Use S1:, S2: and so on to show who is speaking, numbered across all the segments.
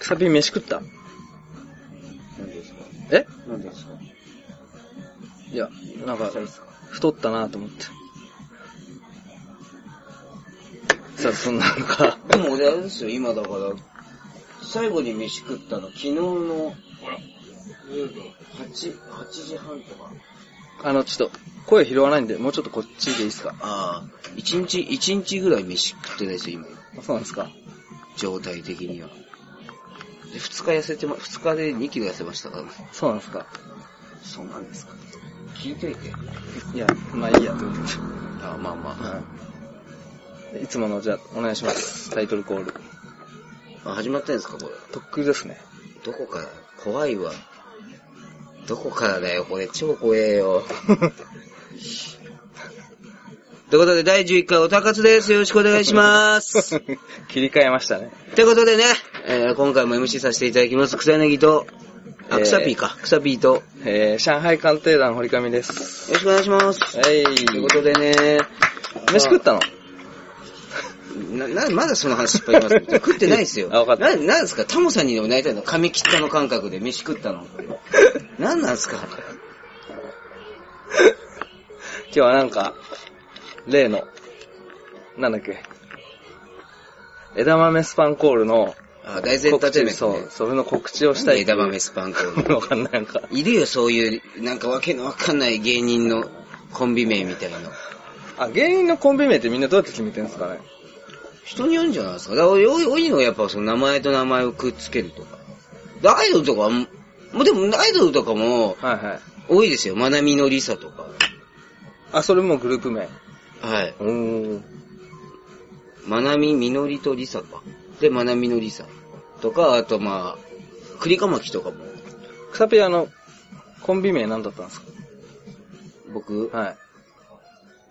S1: サビ飯食った
S2: 何ですか
S1: え
S2: 何ですか
S1: いや、なんか
S2: 何、ですか
S1: 太ったなと思って。さあ、そんなんか、
S2: でも俺あれですよ、今だから、最後に飯食ったの、昨日の、8、8時半とか。
S1: あの、ちょっと、声拾わないんで、もうちょっとこっちでいいですか
S2: ああ、1日、1日ぐらい飯食ってないですよ、今。
S1: あそうなんですか
S2: 状態的には。で、2日痩せてま、2日で2キロ痩せましたからね。
S1: そうなんですか
S2: そうなんですか。聞いといて。
S1: いや、まあいいや、と思って。
S2: ああ、まあまあ。
S1: い、いつもの、じゃあ、お願いします。タイトルコール。
S2: あ、始まってんですか、これ。
S1: とっくりですね。
S2: どこから怖いわ。どこからだよ、これ。超怖えよ。 ということで、第11回おたかつです。よろしくお願い します。
S1: 切り替えましたね。
S2: ということでね、えー今回も MC させていただきます。草柳と、
S1: え
S2: あ、
S1: ー
S2: 草ピーか。草ピーと。よ
S1: えー、上海鑑定団堀上です。
S2: ろしくお願いします。
S1: はい。
S2: ということでね、
S1: 飯食 ったの
S2: な、な、まだその話いっぱいあります。食ってないですよ。
S1: あわかった
S2: な、なんですかタモさんにでもなりたいの髪切ったの感覚で飯食ったの。なんなんですか
S1: 今日はなんか、例の、なんだっけ、枝豆スパンコールの
S2: あ、大前
S1: 告
S2: 立
S1: 知、
S2: てね。
S1: そう、それの告知をし
S2: したた
S1: いってい
S2: 枝
S1: う。
S2: 豆スパンコール。
S1: わかんない、なんか。
S2: いるよ、そういう、なんかわけのわかんない芸人のコンビ名みたいな。
S1: あ、芸人のコンビ名ってみんなどうやって決めてるんですかね
S2: 人によるんじゃないですか。だから、多い多いのはやっぱその名前と名前をくっつけるとか。でアイドルとかも、もうでもアイドルとかも
S1: はいはい。
S2: 多いですよ。まなみのりさとか。
S1: あ、それもグループ名。
S2: はい。
S1: おー。
S2: まなみみのりとりさか。で、まなみのりさとか、あとまあ、栗かまきとかも、
S1: 草ペアのコンビ名なんだったんです
S2: 僕、
S1: かは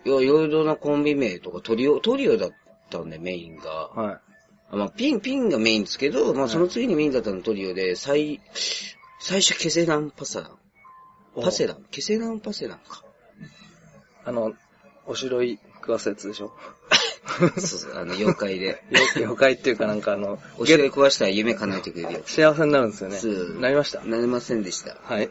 S1: い。
S2: いやいろいろなコンビ名とか、トリオ、トリオだったんでメインが。
S1: はい。
S2: あまあ、ピン、ピンがメインですけど、まあ、その次にメインだったのトリオで、最、最初、ケセランパサラン。パセ
S1: ラ。
S2: ランケセランパセランか。
S1: あの、おしろい食わすやつ でしょ
S2: そうそう、あの、妖怪で。
S1: よ妖怪っていうかなんかあの、
S2: お城へ壊したら夢叶えてくれるや
S1: 幸せになるんですよね
S2: つ。。
S1: なりました
S2: なりませんでした。
S1: はい。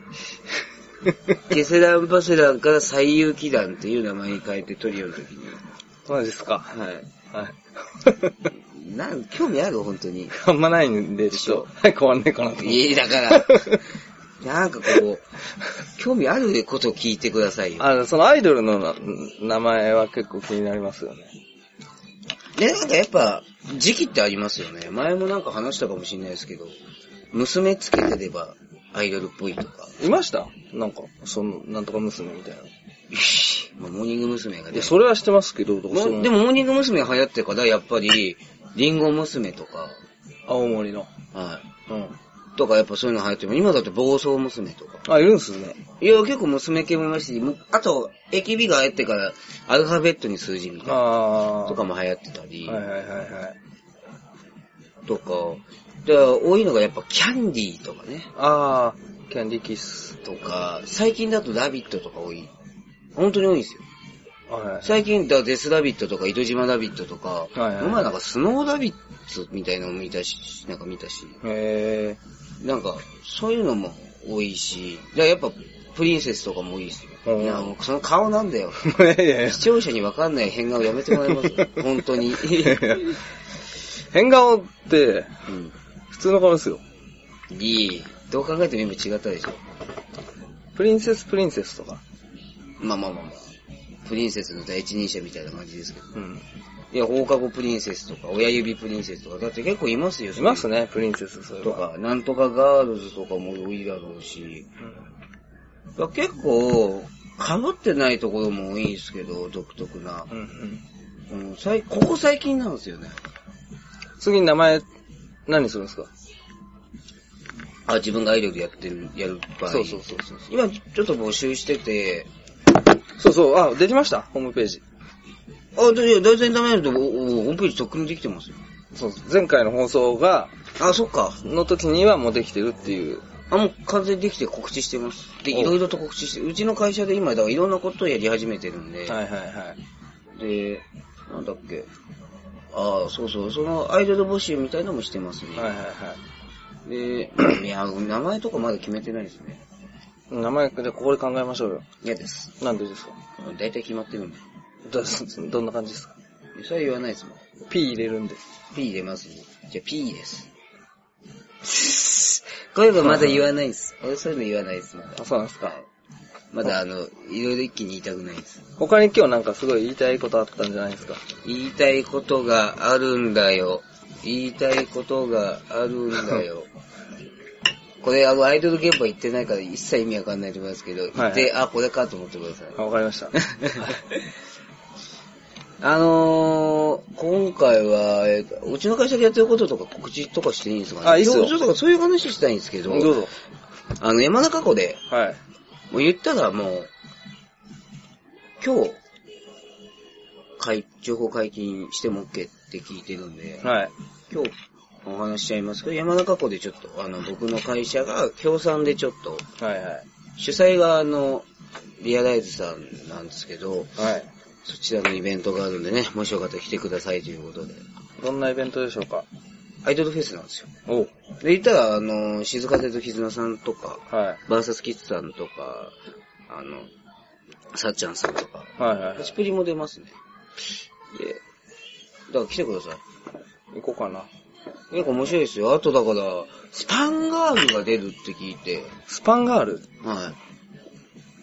S2: ケセランパセランから最勇気団っていう名前に変えてトリオの時に。
S1: マジっすか。
S2: はい。
S1: はい。
S2: なん、興味ある本当に。
S1: あんまないんで、ちょっと、早く終わんねえかなと思って。
S2: いや、 だから、なんかこう、興味あることを聞いてくださいよ。
S1: あの、そのアイドルのな名前は結構気になりますよね。
S2: で、なんかやっぱ、時期ってありますよね。前もなんか話したかもしれないですけど、娘つけてればアイドルっぽいとか、
S1: いましたなんか、その、なんとか娘みたいな。い
S2: まあ、モーニング娘。がね。
S1: や、それは知ってますけど、どう
S2: も
S1: し
S2: う
S1: ようも
S2: でもモーニング娘。が流行ってるから、やっぱり、リンゴ娘とか、
S1: 青森の。
S2: は
S1: うん。
S2: い。とかやっぱそういうの流行ってる。今だって暴走娘とか。
S1: あ、いるんすね。
S2: いや、結構娘系もいますし、むあと、AKB が流行ってから、アルファベットに数字みたいな。
S1: あー。
S2: とかも流行ってたり、
S1: はいはいはいはい。
S2: とか、で、多いのがやっぱキャンディーとかね。
S1: あー、キャンディーキッス。
S2: とか、最近だとラビットとか多い。本当に多いんですよ。
S1: はい。
S2: 最近だとデスラビットとか、糸島ラビットとか、
S1: いはいはい
S2: 前なんかスノーラビットみたいなのも見たし、なんか見たし、
S1: へ
S2: なんか、そういうのも多いし、だからやっぱ、プリンセスとかも多いです
S1: う
S2: よ。
S1: ん
S2: いや、もうその顔なんだよ。
S1: ー。いやいやいや
S2: 視聴者にわかんない変顔やめてもらい ますよ。本当に。
S1: 変顔って、
S2: うん。
S1: 普通の顔ですよ。
S2: D、どう考えても今違ったでしょ。
S1: プリンセスプリンセスとか。
S2: まあまあまあまあ。プリンセスの第一人者みたいな感じですけど。
S1: うん。
S2: いや、放課後プリンセスとか、親指プリンセスとか、だって結構いますよ。
S1: いますね、プリンセス、それ
S2: と
S1: は。
S2: か、なんとかガールズとかも多いだろうし、
S1: うん
S2: だから結構、被ってないところも多いんですけど、独特な。
S1: うんうん。
S2: うん、最ここ最近なんですよね。
S1: 次に名前、何するんですか
S2: あ、自分がアイドルやってる、やる場合。
S1: そうそうそうそう。
S2: 今、ちょっと募集してて、
S1: そうそう、あ、できました、ホームページ。
S2: あ、だいや大体ダメだと、おおホームページとっくにできてますよ。
S1: そうそう前回の放送が、
S2: あ、そっか。
S1: の時にはもうできてるっていう。
S2: あ、もう完全にできて告知してます。で、
S1: お
S2: いろいろと告知して、うちの会社で今、だからいろんなことをやり始めてるんで、
S1: はいはいはい。
S2: で、なんだっけ。ああ、そうそう、そのアイドル募集みたいなのもしてますね。
S1: はいはいはい。
S2: で、いや、名前とかまだ決めてないですね。
S1: 名前、じゃあここで考えましょうよ。
S2: 嫌です。
S1: なんでですか
S2: 大体決まってるんで。
S1: ど うどんな感じですか
S2: それは言わないですもん。
S1: ?P 入れるんで。
S2: P 入れますね。じゃあ P です。 こういうのまだ言わないです。俺そういうの言わないです、まだ。
S1: あ、そうなんですか。
S2: はいまだあの、いろいろ一気に言いたくないです。
S1: 他に今日なんかすごい言いたいことあったんじゃないですか
S2: 言いたいことがあるんだよ。言いたいことがあるん だよ。これ、あの、アイドル現場行ってないから一切意味わかんないと思いますけど、
S1: い
S2: 行って、あ、これかと思ってください。
S1: あ、わかりました。
S2: あのー、今回は、えーうちの会社でやってることとか告知とかしていいんですかね
S1: あいいっすよ
S2: ちょっとそういう話したいんですけど、
S1: どうぞ。
S2: あの、山中湖で、
S1: はい。
S2: もう言ったらもう、今日、解情報解禁しても OK って聞いてるんで、
S1: はい。
S2: 今日お話しちゃいますけど、山中湖でちょっと、あの、僕の会社が協賛でちょっと、
S1: はいはい。
S2: 主催があの、リアライズさんなんですけど、
S1: はい。
S2: そちらのイベントがあるんでね、もしよかったら来てくださいということで。
S1: どんなイベントでしょうか
S2: アイドルフェスなんですよ。
S1: お
S2: で、言ったら、あの、静風と絆さんとか、
S1: は
S2: バーサスキッズさんとか、あの、さっちゃんさんとか、
S1: い。はいはいは
S2: ハチプリも出ますね。で、だから来てください。
S1: い。行こうかな。
S2: 結構面白いですよ。あとだから、スパンガールが出るって聞いて、
S1: スパンガール
S2: はい。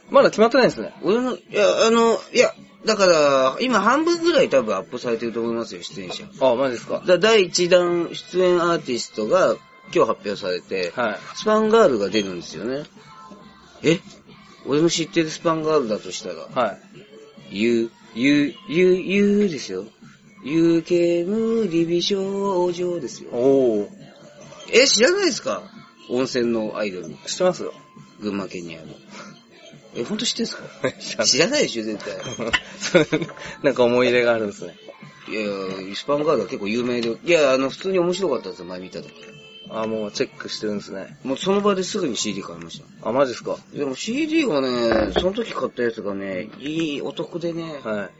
S1: まだ決まってないんですね。
S2: 俺の、いや、あの、いや、だから、今半分ぐらい多分アップされてると思いますよ、出演者。
S1: あ、マジですか
S2: だ第1弾出演アーティストが今日発表されて、
S1: はい。
S2: スパンガールが出るんですよね。え俺の知ってるスパンガールだとしたら、
S1: はい。
S2: ゆう、ゆう、ゆう、ゆうですよ。ゆうけむりび少女ですよ。
S1: おー。
S2: え、知らないですか温泉のアイドル、
S1: 知ってますよ。
S2: 群馬県にある。 え、ほんと知ってんすか
S1: 知ら
S2: 知らないでしょ、絶対。
S1: ない。それ なんか思い入れがあるんですね。
S2: いやいや、スパンガールは結構有名で、いや、あの、普通に面白かったんですよ、前見た時。
S1: あ、もうチェックしてるんですね。
S2: もうその場ですぐに CD 買いました。
S1: あ、マジですか
S2: でも CD がね、その時買ったやつがね、いいお得でね、
S1: は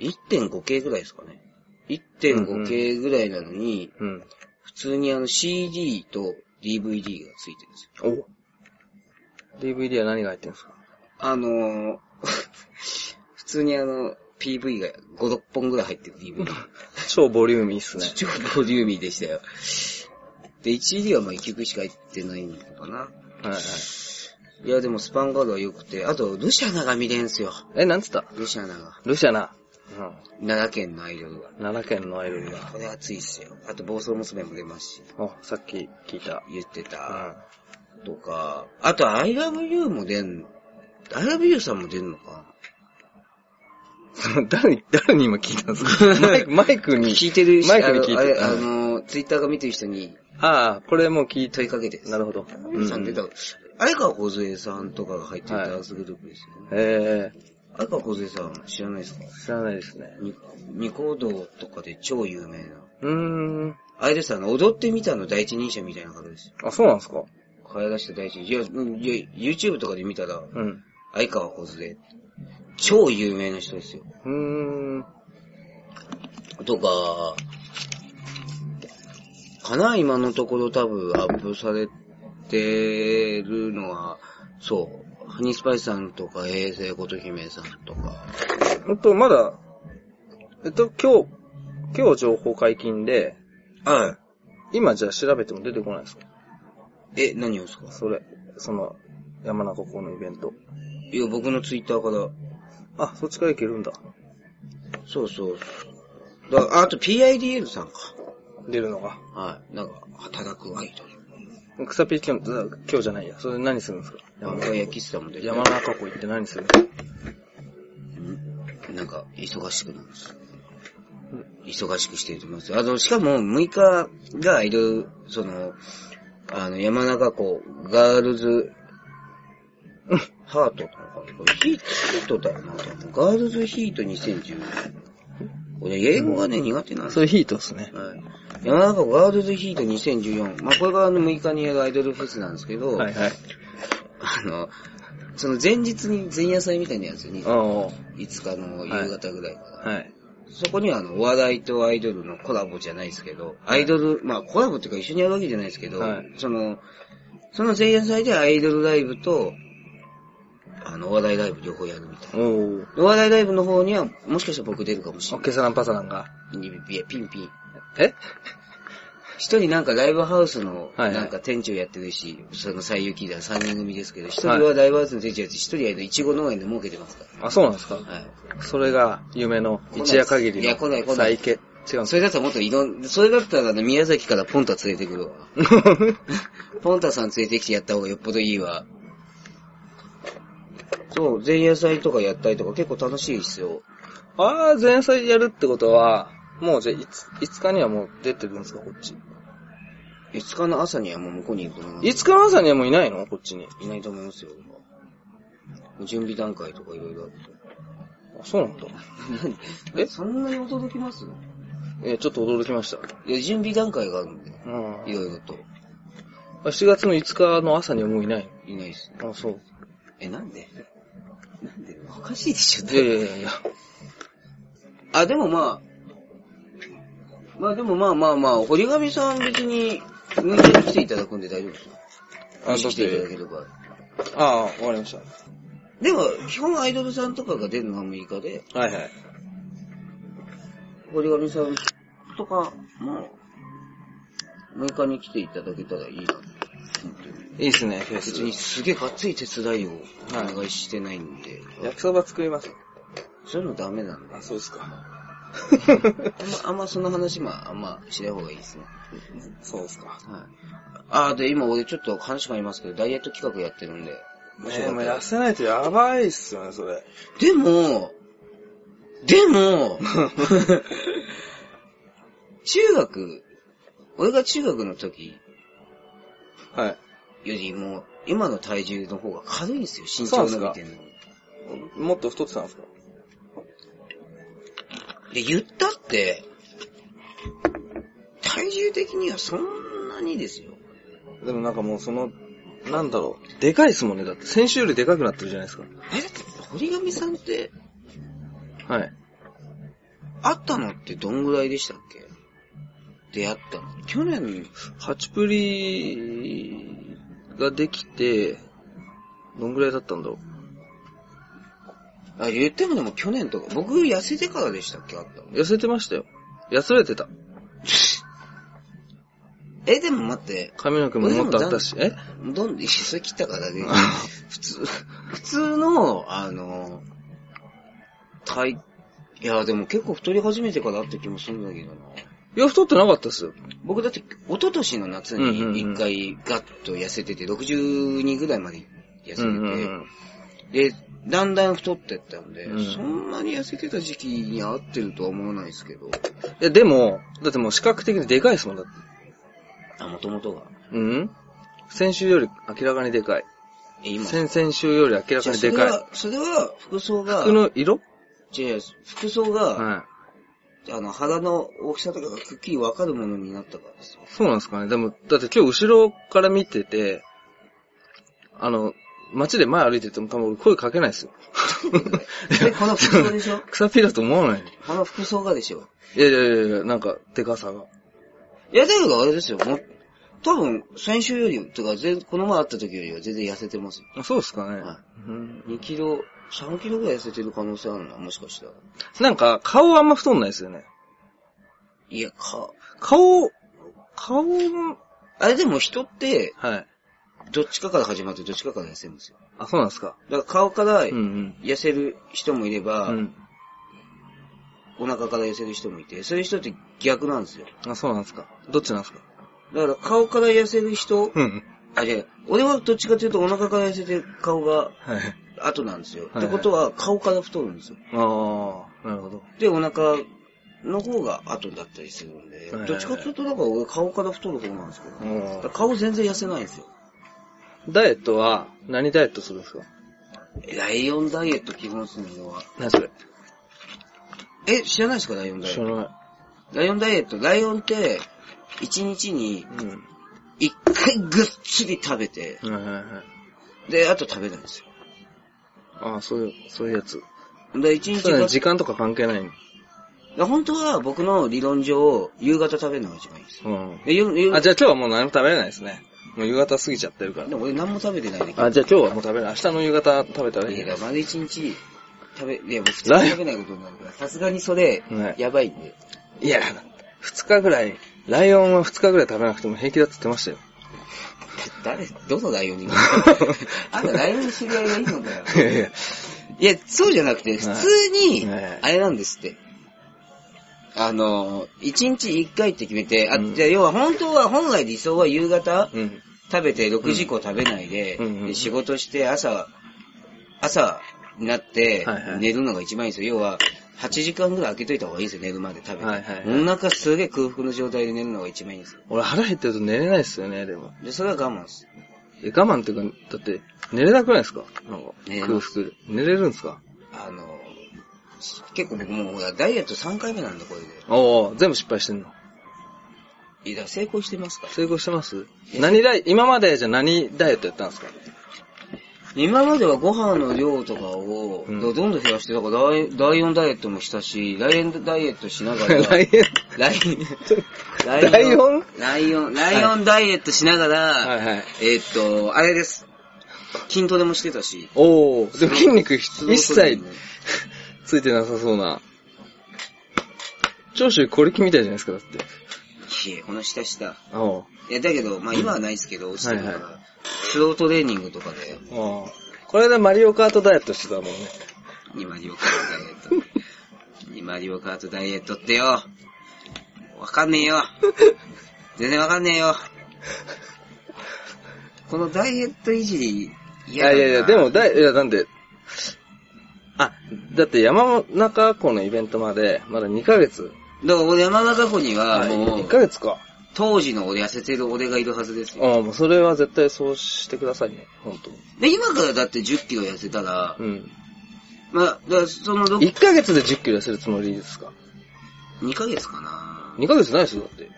S1: い。
S2: 1.5K ぐらいですかね。1.5K ぐらいなのに、
S1: うん。
S2: 普通にあの CD と DVD がついてるんですよ。
S1: お DVD は何が入ってるんですか
S2: あのー、 普通にあの、PV が5、6本ぐらい入ってる DVD。
S1: 超ボリューミーっすね。
S2: 超ボリューミーでしたよ。で、1CD はまあ1曲しか入ってないのかな。
S1: はいはい。
S2: いや、でもスパンガードは良くて、あと、ルシャナが見れんすよ。
S1: え、なんつった
S2: ルシャナが。
S1: ルシャナ。
S2: 奈良県のアイドルが。
S1: うん。奈良県のアイドルが。
S2: これ熱いっすよ。あと、暴走娘も出ますし、
S1: お、さっき聞いた。
S2: 言って
S1: う
S2: た。
S1: ん。
S2: とか、あと、I love you も出ん、I love you さんも出んのか
S1: その 誰に、誰に今聞いたん ですかマイク、マイク
S2: な
S1: に。
S2: 聞いてる
S1: マイクに聞い
S2: あ
S1: て
S2: れ
S1: る。
S2: あ
S1: うん
S2: の、ツイッターが見てる人に
S1: ああ、これもう聞いて、
S2: 問いかけてです。
S1: なるほど。
S2: I love you さん出た
S1: う。
S2: 相川梢さんとかが入ってるダンスグループですよね。
S1: え
S2: 相川梢さん知らないですか
S1: ー、知らないですね。
S2: ニニコ動とかで超有名な。
S1: うーん。
S2: あれですあの、踊ってみたの第一人者みたいな方ですよ。
S1: あ、そうなんですか
S2: 可愛らしい第一人者。いや、うんいや、YouTube とかで見たら、
S1: うん。
S2: 相川小梢。超有名な人ですよ。
S1: うーん。
S2: とか、かな今のところ多分アップされてるのは、そう、ハニースパイスさんとか、平成琴姫さんとか、
S1: えっと、まだ、えっと、今日、今日情報解禁で、
S2: は
S1: 今じゃあ調べても出てこないですか
S2: い。え、何をですか
S1: それ、その、山中湖のイベント。
S2: いや、僕のツイッターから、
S1: あ、そっちから行けるんだ。
S2: そうそう。だああと PIDL さんか。
S1: 出るのが。
S2: はい。なんか、働くアイドル。
S1: 草ピー今日、今日じゃないや。それ何するんですか
S2: 山
S1: 山
S2: 中焼きさんも出て
S1: 山中湖行って何するんですか
S2: うんなんか、忙しくなるんです。忙しくしてると思いますよ。あの、しかも、6日がアイドル、その、あの、山中湖、ガールズ、ハートなのかなこれヒートだよな。ガールズヒート2010。俺、英語がね、苦手なんです
S1: そ
S2: よ。
S1: れヒートですね。
S2: はい山中湖ガールズヒート2014。まあ、これがあの6日にやるアイドルフェスなんですけど、
S1: はいはい。
S2: あの、その前日に前夜祭みたいなやつに、
S1: ああ、
S2: 5日の夕方ぐらいから、
S1: はい。
S2: そこにはあの、お笑いとアイドルのコラボじゃないですけど、アイドル、まあコラボっていうか一緒にやるわけじゃないですけど、
S1: はい
S2: その、その前夜祭でアイドルライブと、あの、お笑いライブ両方やるみたいな。
S1: おー。
S2: お笑いライブの方には、もしかしたら僕出るかもし
S1: オッ
S2: れない。
S1: ケーサランパサランが。
S2: ニビビエピンピン。
S1: え
S2: 一人なんかライブハウスの、
S1: はいはい
S2: なんか店長やってるし、その最優秀だ3人組ですけど、一人はライブハウスの店長やって、一人はあのいちご農園で儲けてますか。
S1: あ、そうなんですから
S2: はい。
S1: それが、夢の一夜限り
S2: いや来ない来
S1: の
S2: ない
S1: 再建。違うんです
S2: それだったらもっといろん、それだったらね、宮崎からポンタ連れてくる わ。ポンタさん連れてきてやった方がよっぽどいいわ。そう、前夜祭とかやったりとか結構楽しいですよ。
S1: あー、前菜やるってことは、もうじゃあいつ、5日にはもう出てるんですか、こっち。
S2: 5日の朝にはもう向こうに行くと思います
S1: 5日の朝にはもういないのこっちに。
S2: いないと思いますよ。準備段階とかいろいろあって。
S1: あ、そうなんだ。
S2: え、そんなに驚きます
S1: え、ちょっと驚きました。
S2: いや、準備段階があるんで、
S1: うん。
S2: いろいろと。
S1: 7月の5日の朝にはもういない。
S2: いないですね。
S1: あ、そう。
S2: え、なんでなんでおかしいでしょ
S1: いやいやいやいや。
S2: あ、でもまあ、まあでもまあまあまあ、堀上さん別に、運転来ていただくんで大丈夫ですよ。
S1: あ、だ
S2: 来
S1: って
S2: いた
S1: て、
S2: だければ。
S1: ああ、わかりまし
S2: でも、基本アイドルさんとかが出るのはアメリカで、
S1: た。はいはい。
S2: 堀上さんとかも、6日に来ていただけたらいいな。
S1: いいっすね、フェ
S2: 別に
S1: ス。
S2: すげえがっつり手伝いをお願いしてないんで、
S1: 焼きそば作ります。
S2: そういうのダメなんだ。
S1: あ、そうですか。
S2: あんま、あんまその話もあんましない方がいいですね。
S1: そうですか。
S2: はい。あー、で、今俺ちょっと話変わりますけど、ダイエット企画やってるんで。
S1: ねえ、もう痩せないとやばいっすよね、それ。
S2: でも、でも、中学、俺が中学の時
S1: はい。
S2: よりも、今の体重の方が軽いんですよ、身長伸びてるの。
S1: もっと太ってたんですか
S2: で、言ったって、体重的にはそんなにですよ。
S1: でもなんかもうその、なんだろう、でかいっすもんね。だって先週よりでかくなってるじゃないですか。
S2: え、だって、堀上さんって、
S1: はい。
S2: 会ったのってどんぐらいでしたっけ出会ったの。去年、
S1: ハチプリができて、どんぐらいだったんだろ
S2: あ、言ってもでも去年とか、僕痩せてからでしたっけ会ったの
S1: う。痩せてましたよ。痩せれてた。
S2: え、でも待って、
S1: 髪の毛ももっとあったし。え。
S2: どん、それ切ったからね
S1: あ
S2: 普通、普通の、あの、体、いや、でも結構太り始めてからあった気もするんだけどな。
S1: いや、太ってなかったっすよ。
S2: 僕だって、一昨年の夏
S1: うんうんうん
S2: に一回ガッと痩せてて、62ぐらいまで痩せてて、
S1: うんうん
S2: で、だんだん太ってったんで、
S1: うん
S2: そんなに痩せてた時期に合ってるとは思わないですけど、
S1: うん。いや、でも、だってもう視覚的にでかいっすもんだって。
S2: あ、もともとが。
S1: うん先週より明らかにでかい。
S2: え今、
S1: 先々週より明らかにでかい。
S2: それは、それは服装が、
S1: 服の色
S2: 違う服装が、
S1: はい。
S2: あの、腹の大きさとかがくっきりわかるものになったからですよ。
S1: そうなんですかね。でも、だって今日後ろから見てて、あの、街で前歩いてても多分俺声かけないですよ。
S2: で、この服 装でしょ
S1: 草ピだと思わない。
S2: この服装がでしょ
S1: いやいやいやいや、なんか、でかさが。
S2: いや、だけどあれですよ、もう、多分、先週より、とか、全この前会った時よりは全然痩せてますよ。
S1: あそうですかね、
S2: は
S1: うん
S2: 2キロ、3キロぐらい痩せてる可能性あるな、もしかしたら。
S1: なんか、顔あんま太んないですよね。
S2: いや、か、
S1: 顔、顔も、
S2: あれでも人って、
S1: はい。
S2: どっちかから始まってどっちかから痩せるんですよ。
S1: あ、そうなんですか。
S2: だから顔から
S1: うんうん。
S2: 痩せる人もいれば、
S1: うん。
S2: お腹から痩せる人もいて、そういう人って逆なんですよ。
S1: あ、そうなんですか。どっちなんですか。
S2: だから顔から痩せる人、
S1: うん。
S2: あ、じゃ俺はどっちかというとお腹から痩せて顔が
S1: はい。
S2: 後なんですよ。
S1: はいはい
S2: ってことは顔から太るんですよ。
S1: ああ、なるほど。
S2: で、お腹の方が後だったりするん
S1: い
S2: で、
S1: はいはい
S2: どっちかというとだから俺顔から太る方なんですけど、
S1: う
S2: ね、だから
S1: ん
S2: 顔全然痩せないんですよ。
S1: ダイエットは、何ダイエットするんですか
S2: ライオンダイエット基本するのは、
S1: 何それ
S2: え、知らないですかライオンダイエ
S1: 知
S2: ット。
S1: らな
S2: ライオンダイエット、ライオンって、一日に
S1: い。うん。
S2: 一回ぐっつり食べて、
S1: はいはいはい。
S2: で、あと食べないんですよ。
S1: ああ、そういう、そういうやつ。
S2: で、一日
S1: そういうの
S2: が
S1: 時間とか関係ないの。
S2: や本当は僕の理論上、夕方食べるのが一番いいです。
S1: うん。
S2: え、夜、夜、
S1: あ、じゃあ今日はもう何も食べれないですね。もう夕方過ぎちゃってるから
S2: で。も俺何も食べてないね。
S1: あ、じゃあ今日はもう食べれない。明日の夕方食べたらい
S2: い
S1: い
S2: や、
S1: ね
S2: だ。から丸一日食べ、いや、もう普通に食べないことになるから、さすがにそれ
S1: ね、
S2: やばいんで。
S1: いや、二日ぐらい、ライオンは二日ぐらい食べなくても平気だって言ってま したよ。
S2: 誰、どのライオンに あんたライオンの知り合いがいいのかよ。
S1: いやいや、
S2: いや、そうじゃなくて、普通に
S1: はい、
S2: あれなんですって。あの、一日一回って決めて、あ、
S1: うん
S2: じゃあ要は本当は、本来理想は夕方
S1: うん。
S2: 食べて6時以降食べないで、
S1: うんうん
S2: で仕事して朝、朝になって
S1: はいはい
S2: 寝るのが一番いいんですよ。要は、8時間ぐらい空けといた方がいいんですよ、寝るまで食べて。
S1: はいはい
S2: お腹すげえ空腹の状態で寝るのが一番いいんですよ。
S1: 俺腹減ってると寝れないですよね、でも。
S2: で、それは我慢です。
S1: え我慢っていうか、だって、寝れなくないですかなんか、
S2: 寝れ
S1: 空
S2: ま
S1: 腹で。寝れるんですか
S2: あの、結構僕もうほらダイエット3回目なんで、これで。
S1: おー、全部失敗してんの。
S2: いや、だから成功してますから。
S1: 成功してます何ダイ、今までじゃ何ダイエットやったん ですか
S2: 今まではご飯の量とかを
S1: うん
S2: どんどん減らして、だから第4ダイエットもしたし、第4ダイエットしな がら、
S1: ライ
S2: ライ
S1: オン、ライオン
S2: ライオン、ライオンダイエットしながら、
S1: はいはい。
S2: えーっと、あれです。筋トレもしてたし、
S1: おー、でも筋肉一
S2: そういう
S1: 切
S2: ことでね
S1: ついてなさそうな。長州小力みたいじゃないですか、だって。
S2: いや、この下下。
S1: おー。
S2: いや、だけど、まあ今はないですけど、落ちてるから、
S1: はいは
S2: スロートレーニングとかで、
S1: おーこれでマリオカートダイエットしてたもんね。
S2: にマリオカートダイエ ット。にマリオカートダイエットってよ。わかんねえ よ。全然わかんねえよ。このダイエットいじり、
S1: い
S2: 嫌だ
S1: や
S2: ない
S1: やいや、でも、だい、いや、なんで、あ、だって山中湖のイベントまで、まだ2ヶ月。
S2: だから俺山中湖には、も
S1: 1
S2: う、
S1: ヶ月か。
S2: 当時の俺痩せてる俺がいるはずですよ。
S1: うん、もうそれは絶対そうしてくださいね、本当に。
S2: で、今からだって10キロ痩せたら、
S1: うん。
S2: まあ、だからその
S1: 1
S2: 2
S1: ヶ月で10キロ痩せるつもりですか
S2: ヶ月かな
S1: ?2 ヶ月ないですよ、だって。
S2: い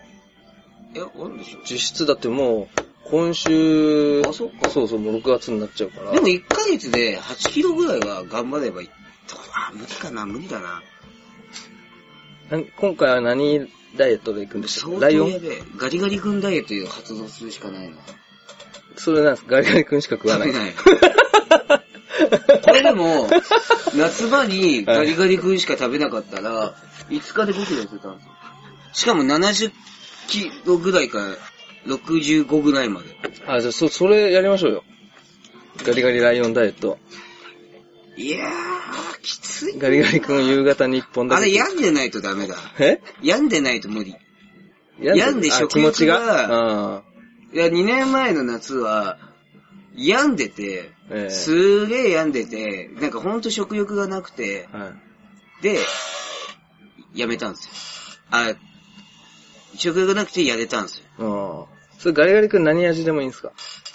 S2: や、あるでし
S1: 実質だってもう、今週、
S2: あそっか
S1: そうそう、もう6月になっちゃうか
S2: ょ。
S1: ら。
S2: でも1ヶ月で8キロぐらいは頑張ればいい。どうあ、無理かな、無理だな。
S1: なん今回は何ダイエットで行くんでしたっけ
S2: 相当
S1: ライオ
S2: や
S1: ン
S2: べえ。ガリガリ君ダイエットいう発動するしかないな。
S1: それなんですかガリガリ君しか食わない。
S2: ない。これでも、夏場にガリガリ君しか食べなかったら、5日で5キロ痩せたんですよ。しかも70キロぐらいから65ぐらいまで。
S1: あ、じゃあ、そ、それやりましょうよ。ガリガリライオンダイエット。
S2: いやー、きつい。
S1: ガリガリ君夕方に一本だ
S2: あ
S1: け。
S2: れ病んでないとダメだ。
S1: え
S2: 病んでないと無理。病んで
S1: あ
S2: 食欲
S1: 気持
S2: が
S1: ちが。うん。
S2: いや、2年前の夏は、病んでて、
S1: ええ
S2: すーげー病んでて、なんかほんと食欲がなくて、
S1: はい。
S2: で、やめたんですよ。あ、食欲なくてやれたんですよ。
S1: うん。それガリガリ君何味でもいいんですか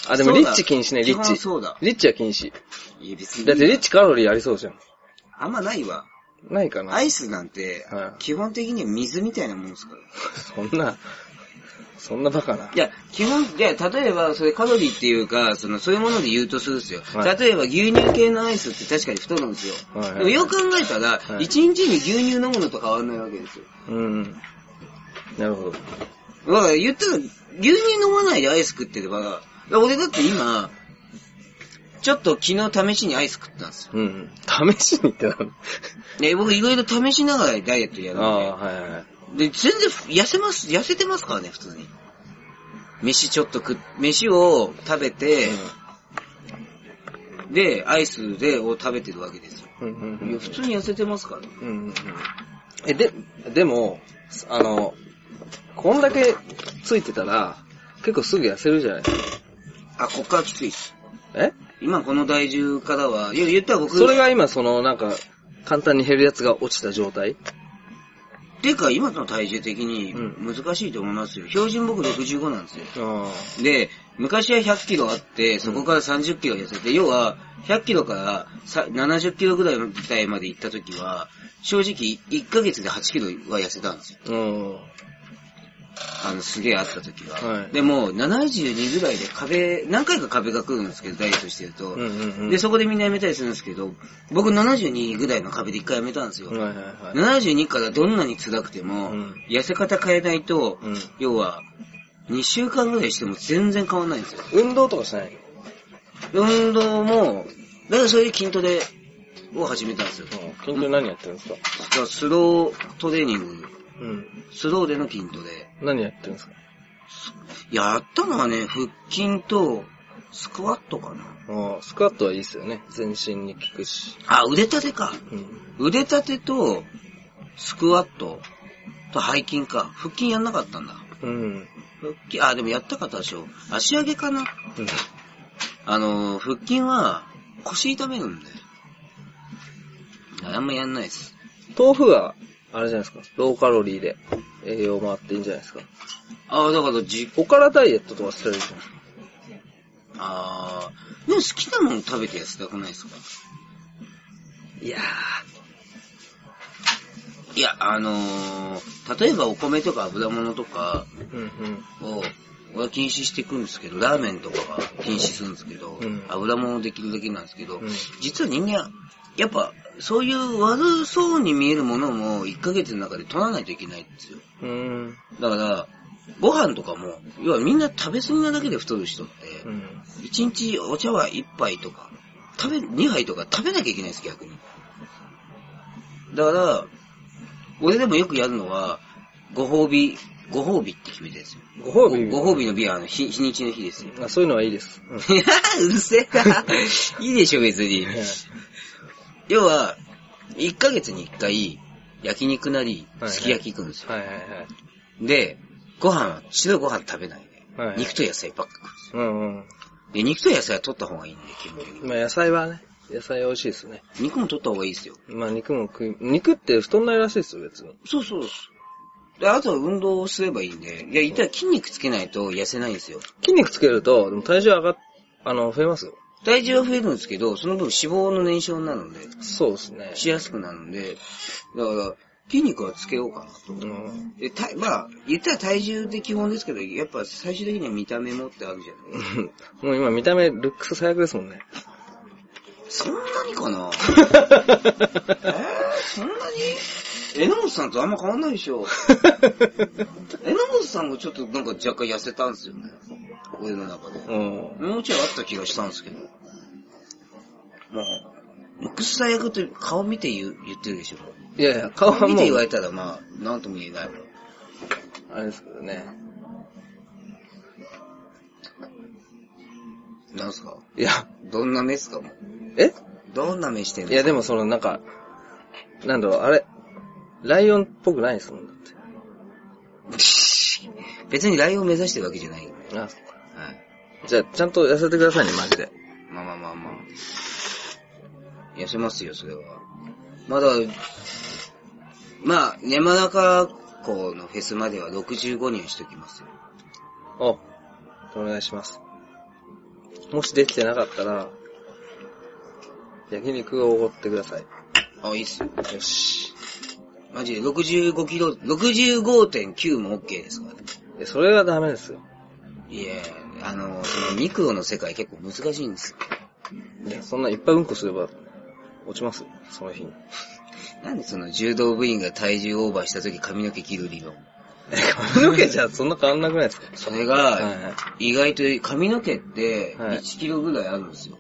S1: あ、でも
S2: そう
S1: リ
S2: だ
S1: ッチ禁止ね、リッ
S2: 基本
S1: チ。
S2: そうだ。
S1: リッチは禁止。
S2: いや、別に。
S1: だってリッチカロリーありそうじゃん。
S2: あんまないわ。
S1: ないかな。
S2: アイスなんて
S1: は、い
S2: 基本的には水みたいなもんですから。
S1: そんな、そんなバカな。
S2: いや、基本、いや、例えば、それカロリーっていうか、その、そういうもので言うとするんですよ。
S1: はい
S2: 例えば、牛乳系のアイスって確かに太るんですよ。
S1: はいはい
S2: でも、よく考えたら、
S1: はい
S2: 一日に牛乳飲むのと変わんないわけですよ。
S1: うん。なるほど。
S2: だから、言ったら、牛乳飲まないでアイス食ってれば、だから俺だって今、ちょっと昨日試しにアイス食ったんですよ。
S1: うん。試しにってなる。
S2: で、僕いろいろ試しながらダイエットや
S1: あ
S2: る
S1: あ、
S2: ん
S1: はいはい。
S2: で。で、全然痩せます、痩せてますからね、普通に。飯ちょっと食っ、飯を食べて、で、アイスで、を食べてるわけですよ。
S1: うん。うんう
S2: い
S1: ん
S2: や、普通に痩せてますからね。
S1: うん。うんうん。え、で、でも、あの、こんだけついてたら、結構すぐ痩せるじゃないですか。
S2: あ、こっからきついです。
S1: え
S2: 今この体重からは、いや、言ったら僕、
S1: それが今その、なんか、簡単に減るやつが落ちた状態
S2: てか今の体重的に
S1: うん
S2: 難しいと思いますよ。標準僕65なんですよ。
S1: あ
S2: で、昔は100キロあって、そこから30キロ痩せて、要は、100キロからさ70キロぐらいの時代まで行った時は、正直、1ヶ月で8キロは痩せたんですよ。
S1: あ。うん。
S2: あの、すげえあった時は。
S1: はい
S2: でも、72ぐらいで壁、何回か壁が来るんですけど、ダイエットしてると。
S1: うんうんうん。
S2: で、そこでみんな辞めたりするんですけど、僕72ぐらいの壁で一回辞めたんですよ。
S1: はいはいはい。
S2: 72からどんなに辛くても、
S1: うん
S2: 痩せ方変えないと、
S1: うん
S2: 要は、2週間ぐらいしても全然変わんないんですよ。
S1: 運動とかしないの
S2: 運動も、だからそれで筋トレを始めたんですよ。だ
S1: うん。筋トレ何やってるんですか
S2: からスロートレーニング、
S1: うん。
S2: スローでの筋トレ。
S1: 何やってるんですか
S2: やったのはね、腹筋と、スクワットかな。
S1: ああ、スクワットはいいっすよね。全身に効くし。
S2: あ、腕立てか。
S1: うん。
S2: 腕立てと、スクワットと背筋か。腹筋やんなかったんだ。
S1: うん。
S2: 腹筋、あ、でもやったかったでしょ。足上げかな。
S1: うん。
S2: あの、腹筋は腰痛めるんで。あんまやんないです。
S1: 豆腐は、あれじゃないですか。ローカロリーで栄養回っていいんじゃないですか。
S2: あだからじ、
S1: おからダイエットとかしてるじゃないですか。
S2: あーでも好きなもの食べて痩せたくないですか
S1: いや
S2: いや、あのー、例えばお米とか油物とか
S1: ー。うん
S2: を、俺は禁止していくんですけど、ラーメンとかは禁止するんですけど、
S1: うん
S2: 油物できるだけなんですけど、
S1: うん
S2: 実は人間、やっぱ、そういう悪そうに見えるものも1ヶ月の中で取らないといけないんですよ。
S1: うん。う
S2: だから、ご飯とかも、要はみんな食べ過ぎなだけで太る人って、
S1: ーん。うん。
S2: 一日お茶は一杯とか、食べ、二杯とか食べなきゃいけないんです、逆に。だから、俺でもよくやるのは、ご褒美、ご褒美って決めてるんですよ。
S1: ご褒美
S2: ごご褒美の美は、あの、日、日にちの日ですよ。
S1: あそういうのはいいです。うん。
S2: いやー、うるせえな。いいでしょ、別に。要は、一ヶ月に一回、焼肉なり、
S1: はいはい
S2: すき焼き行くんですよ。
S1: はいはいはい。
S2: で、ご飯は、白いご飯食べないで、
S1: はいはい
S2: 肉と野菜ばっか食うんですよ
S1: うんうん。
S2: で、肉と野菜は取った方がいいんで、基本的に。
S1: まあ野菜はね、野菜美味しいですね。
S2: 肉も取った方がいいですよ。
S1: まあ肉も食い、肉って太んないらしいですよ、別に。
S2: そうそうです。で、あとは運動をすればいいんで、いや、言ったら筋肉つけないと痩せないんですよ。
S1: 筋肉つけると、でも体重上がっ、あの、増えますよ。
S2: 体重は増えるんですけど、その分脂肪の燃焼になるので、
S1: そうですね。
S2: しやすくなるんで、だから、筋肉はつけようかなと。
S1: うん。
S2: で、体、まあ、言ったら体重で基本ですけど、やっぱ最終的には見た目もってあるじゃないですか。
S1: もう今見た目、ルックス最悪ですもん ね。
S2: そんなに かなえー、そんなに榎本さんとあんま変わんないでしょ。榎本さんもちょっとなんか若干痩せたんですよね。俺の中で。
S1: うん。
S2: もうちょいあった気がしたんですけど。まあ、ルックス最悪って顔見て言う言ってるでしょ。
S1: いやいや、顔
S2: 顔
S1: は
S2: 見
S1: も
S2: て言わ
S1: う、
S2: れたらまあ、なんとも言えないもん。
S1: あれですけどね。
S2: なんすか
S1: いや、
S2: どんな目っすかもう
S1: え
S2: どんな目してんの
S1: いやでもその、なんか、なんだろう、あれ、ライオンっぽくないですもん、だって。
S2: 別にライオン目指してるわけじゃないよね。
S1: あ、そっか
S2: はい。
S1: じゃあ、ちゃんと痩せてくださいね、マジで。
S2: まあまあまあまあ。痩せますよ、それは。まだ、まあ、山中湖のフェスまでは65人はしときますよ。
S1: お、お願いします。もしできてなかったら、焼肉をおごってください。
S2: あ、いいっすよ。
S1: よし。
S2: マジで65キロ、65.9も OK ですからね。
S1: え、それはダメですよ。
S2: いやあの、そのミクロの世界結構難しいんですよ。
S1: いや、そんないっぱいうんこすれば、落ちますよ、その日に。
S2: なんでその柔道部員が体重オーバーした時髪の毛切る理論。
S1: え、髪の毛じゃそんな変わんなくないですか
S2: そ
S1: は
S2: れ
S1: い
S2: が、
S1: はい
S2: 意外と髪の毛って
S1: はい
S2: 1キロぐらいあるんですよ。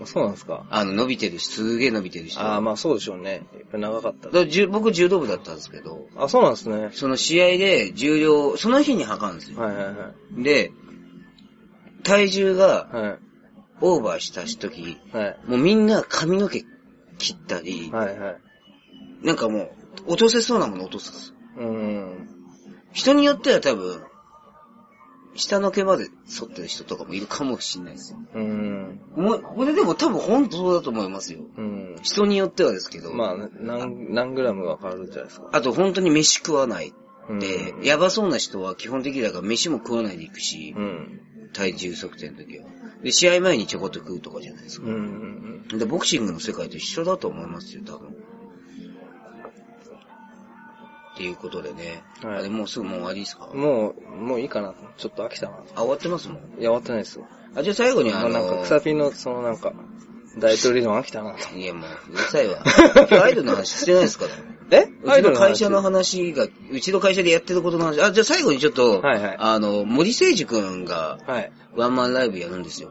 S1: あ。そうなんですか
S2: あの、伸びてる、すげえ伸びてる人。
S1: ああ、まあそうでしょうね。やっぱり長かった
S2: だ
S1: ら
S2: からじゅ僕柔道部だったんですけど、
S1: あ、そうなんですね。
S2: その試合で重量、その日に測るんですよ。
S1: はいはいはい。
S2: で、体重が
S1: は
S2: オーバーした時、
S1: い。はい。
S2: もうみんな髪の毛切ったり、
S1: はいはい。
S2: なんかもう、落とせそうなもの落とすんですよ。
S1: うーん。
S2: 人によっては多分、下の毛まで剃ってる人とかもいるかもしれないですよ。
S1: うーん。
S2: もう、これでも多分本当だと思いますよ。
S1: うん。
S2: 人によってはですけど、
S1: まあ、何、何グラムが変わるんじゃないですか。
S2: あと本当に飯食わない
S1: うん
S2: で、やばそうな人は基本的にだから飯も食わないでいくし
S1: う、ん。
S2: 体重測定の時は。で、試合前にちょこっと食うとかじゃないです
S1: う
S2: か。
S1: んうんうん。
S2: で、ボクシングの世界と一緒だと思いますよ、多分。っていうことでね。
S1: はい
S2: あれ、もうすぐもう終わりですか
S1: もう、もういいかなと。ちょっと飽きたなと。
S2: あ、終わってますもん。
S1: いや、終わってないですよ。
S2: あ、じゃあ最後にあ
S1: まあ
S2: の、
S1: なんか、草ピンの、そのなんか、大統領の飽きたなと。
S2: いやもう、うるさいわ。今日アイドルの話してないですから。
S1: え
S2: うちの会社の話が、うちの会社でやってることの話。あ、じゃあ最後にちょっと、
S1: はいはい
S2: あの、森誠二くんが
S1: はい。
S2: ワンマンライブやるんですよ。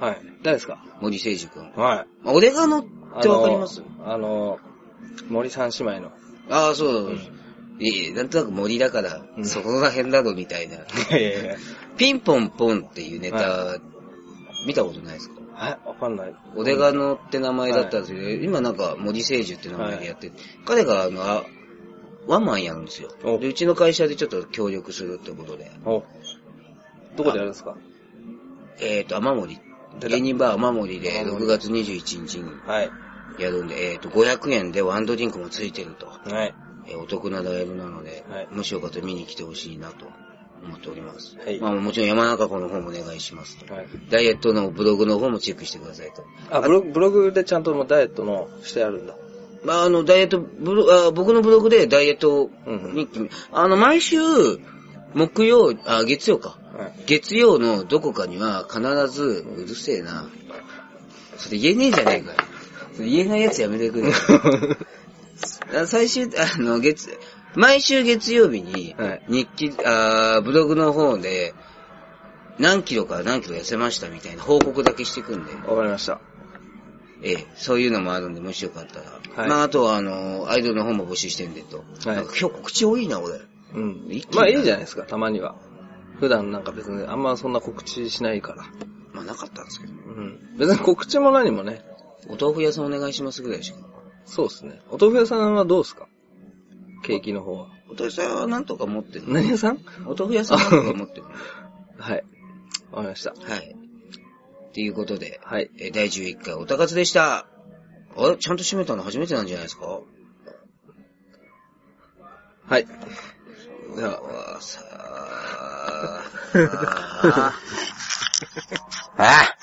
S1: はい。誰ですか
S2: 森誠二くん。
S1: はい。
S2: まあ、俺がのってわかります
S1: あの、森三姉妹の。
S2: ああ、そう。いえ、なんとなく森だから、
S1: うん
S2: そこら辺だろみた いな。
S1: いやいやいや。
S2: ピンポンポンっていうネタ、
S1: は
S2: 見たことないですか
S1: はい、わかんない。
S2: オデガノって名前だったんですけど、今なんか森聖樹って名前でやってて、彼があの、あワンマンやるんですよ
S1: お
S2: で。うちの会社でちょっと協力するってことで。
S1: おどこでやるんですか
S2: えっ、ー、と、雨漏り。
S1: 出た
S2: 芸人バー雨漏りで
S1: 雨漏り
S2: 6月21日に
S1: はい。
S2: やるんで、えっ、と、500円でワンドリンクもついてると。
S1: はい。
S2: えーお得なライブなので、
S1: はい
S2: もしよかったら見に来てほしいなと思っております。
S1: はい
S2: まあもちろん山中湖の方もお願いしますと。
S1: はい。
S2: ダイエットのブログの方もチェックしてくださいと。
S1: あ、ブログブログでちゃんともうダイエットのしてあるんだ。
S2: まああの、ダイエットブロあ、僕のブログでダイエット日記、あの、毎週、木曜、あ、月曜か。
S1: はい。
S2: 月曜のどこかには必ず、うるせえな。それ言えねえじゃねえかよ。それ言えないやつやめてくれよ。あ最終、あの、月、毎週月曜日に
S1: はい、
S2: 日記、あーブログの方で、何キロから何キロ痩せましたみたいな報告だけしてくんで、
S1: わかりました。
S2: ええ、そういうのもあるんで、もしよかったら。
S1: はい
S2: まあ、あとは、あの、アイドルの方も募集してんでと。
S1: はい
S2: なんか今日告知多いな、俺。
S1: うん
S2: 一気に。
S1: まあいいじゃないですか、たまには。普段なんか別にあんまそんな告知しないから。
S2: まあ、なかったんですけどね。
S1: うん。別に告知も何もね。
S2: お豆腐屋さんお願いしますぐらいでしか。
S1: そうですね。お豆腐屋さんはどうですかケーキの方は。
S2: お豆腐屋さんはなんとか持ってるの
S1: 何屋さん
S2: お豆腐屋さんはなんとか持ってるの
S1: はい。わかりました。
S2: はい。っていうことで、
S1: はい。
S2: えー第11回おたかつでした。あれちゃんと閉めたの初めてなんじゃないですか
S1: はい。
S2: う
S1: じゃ
S2: uh, わさあ。ああ。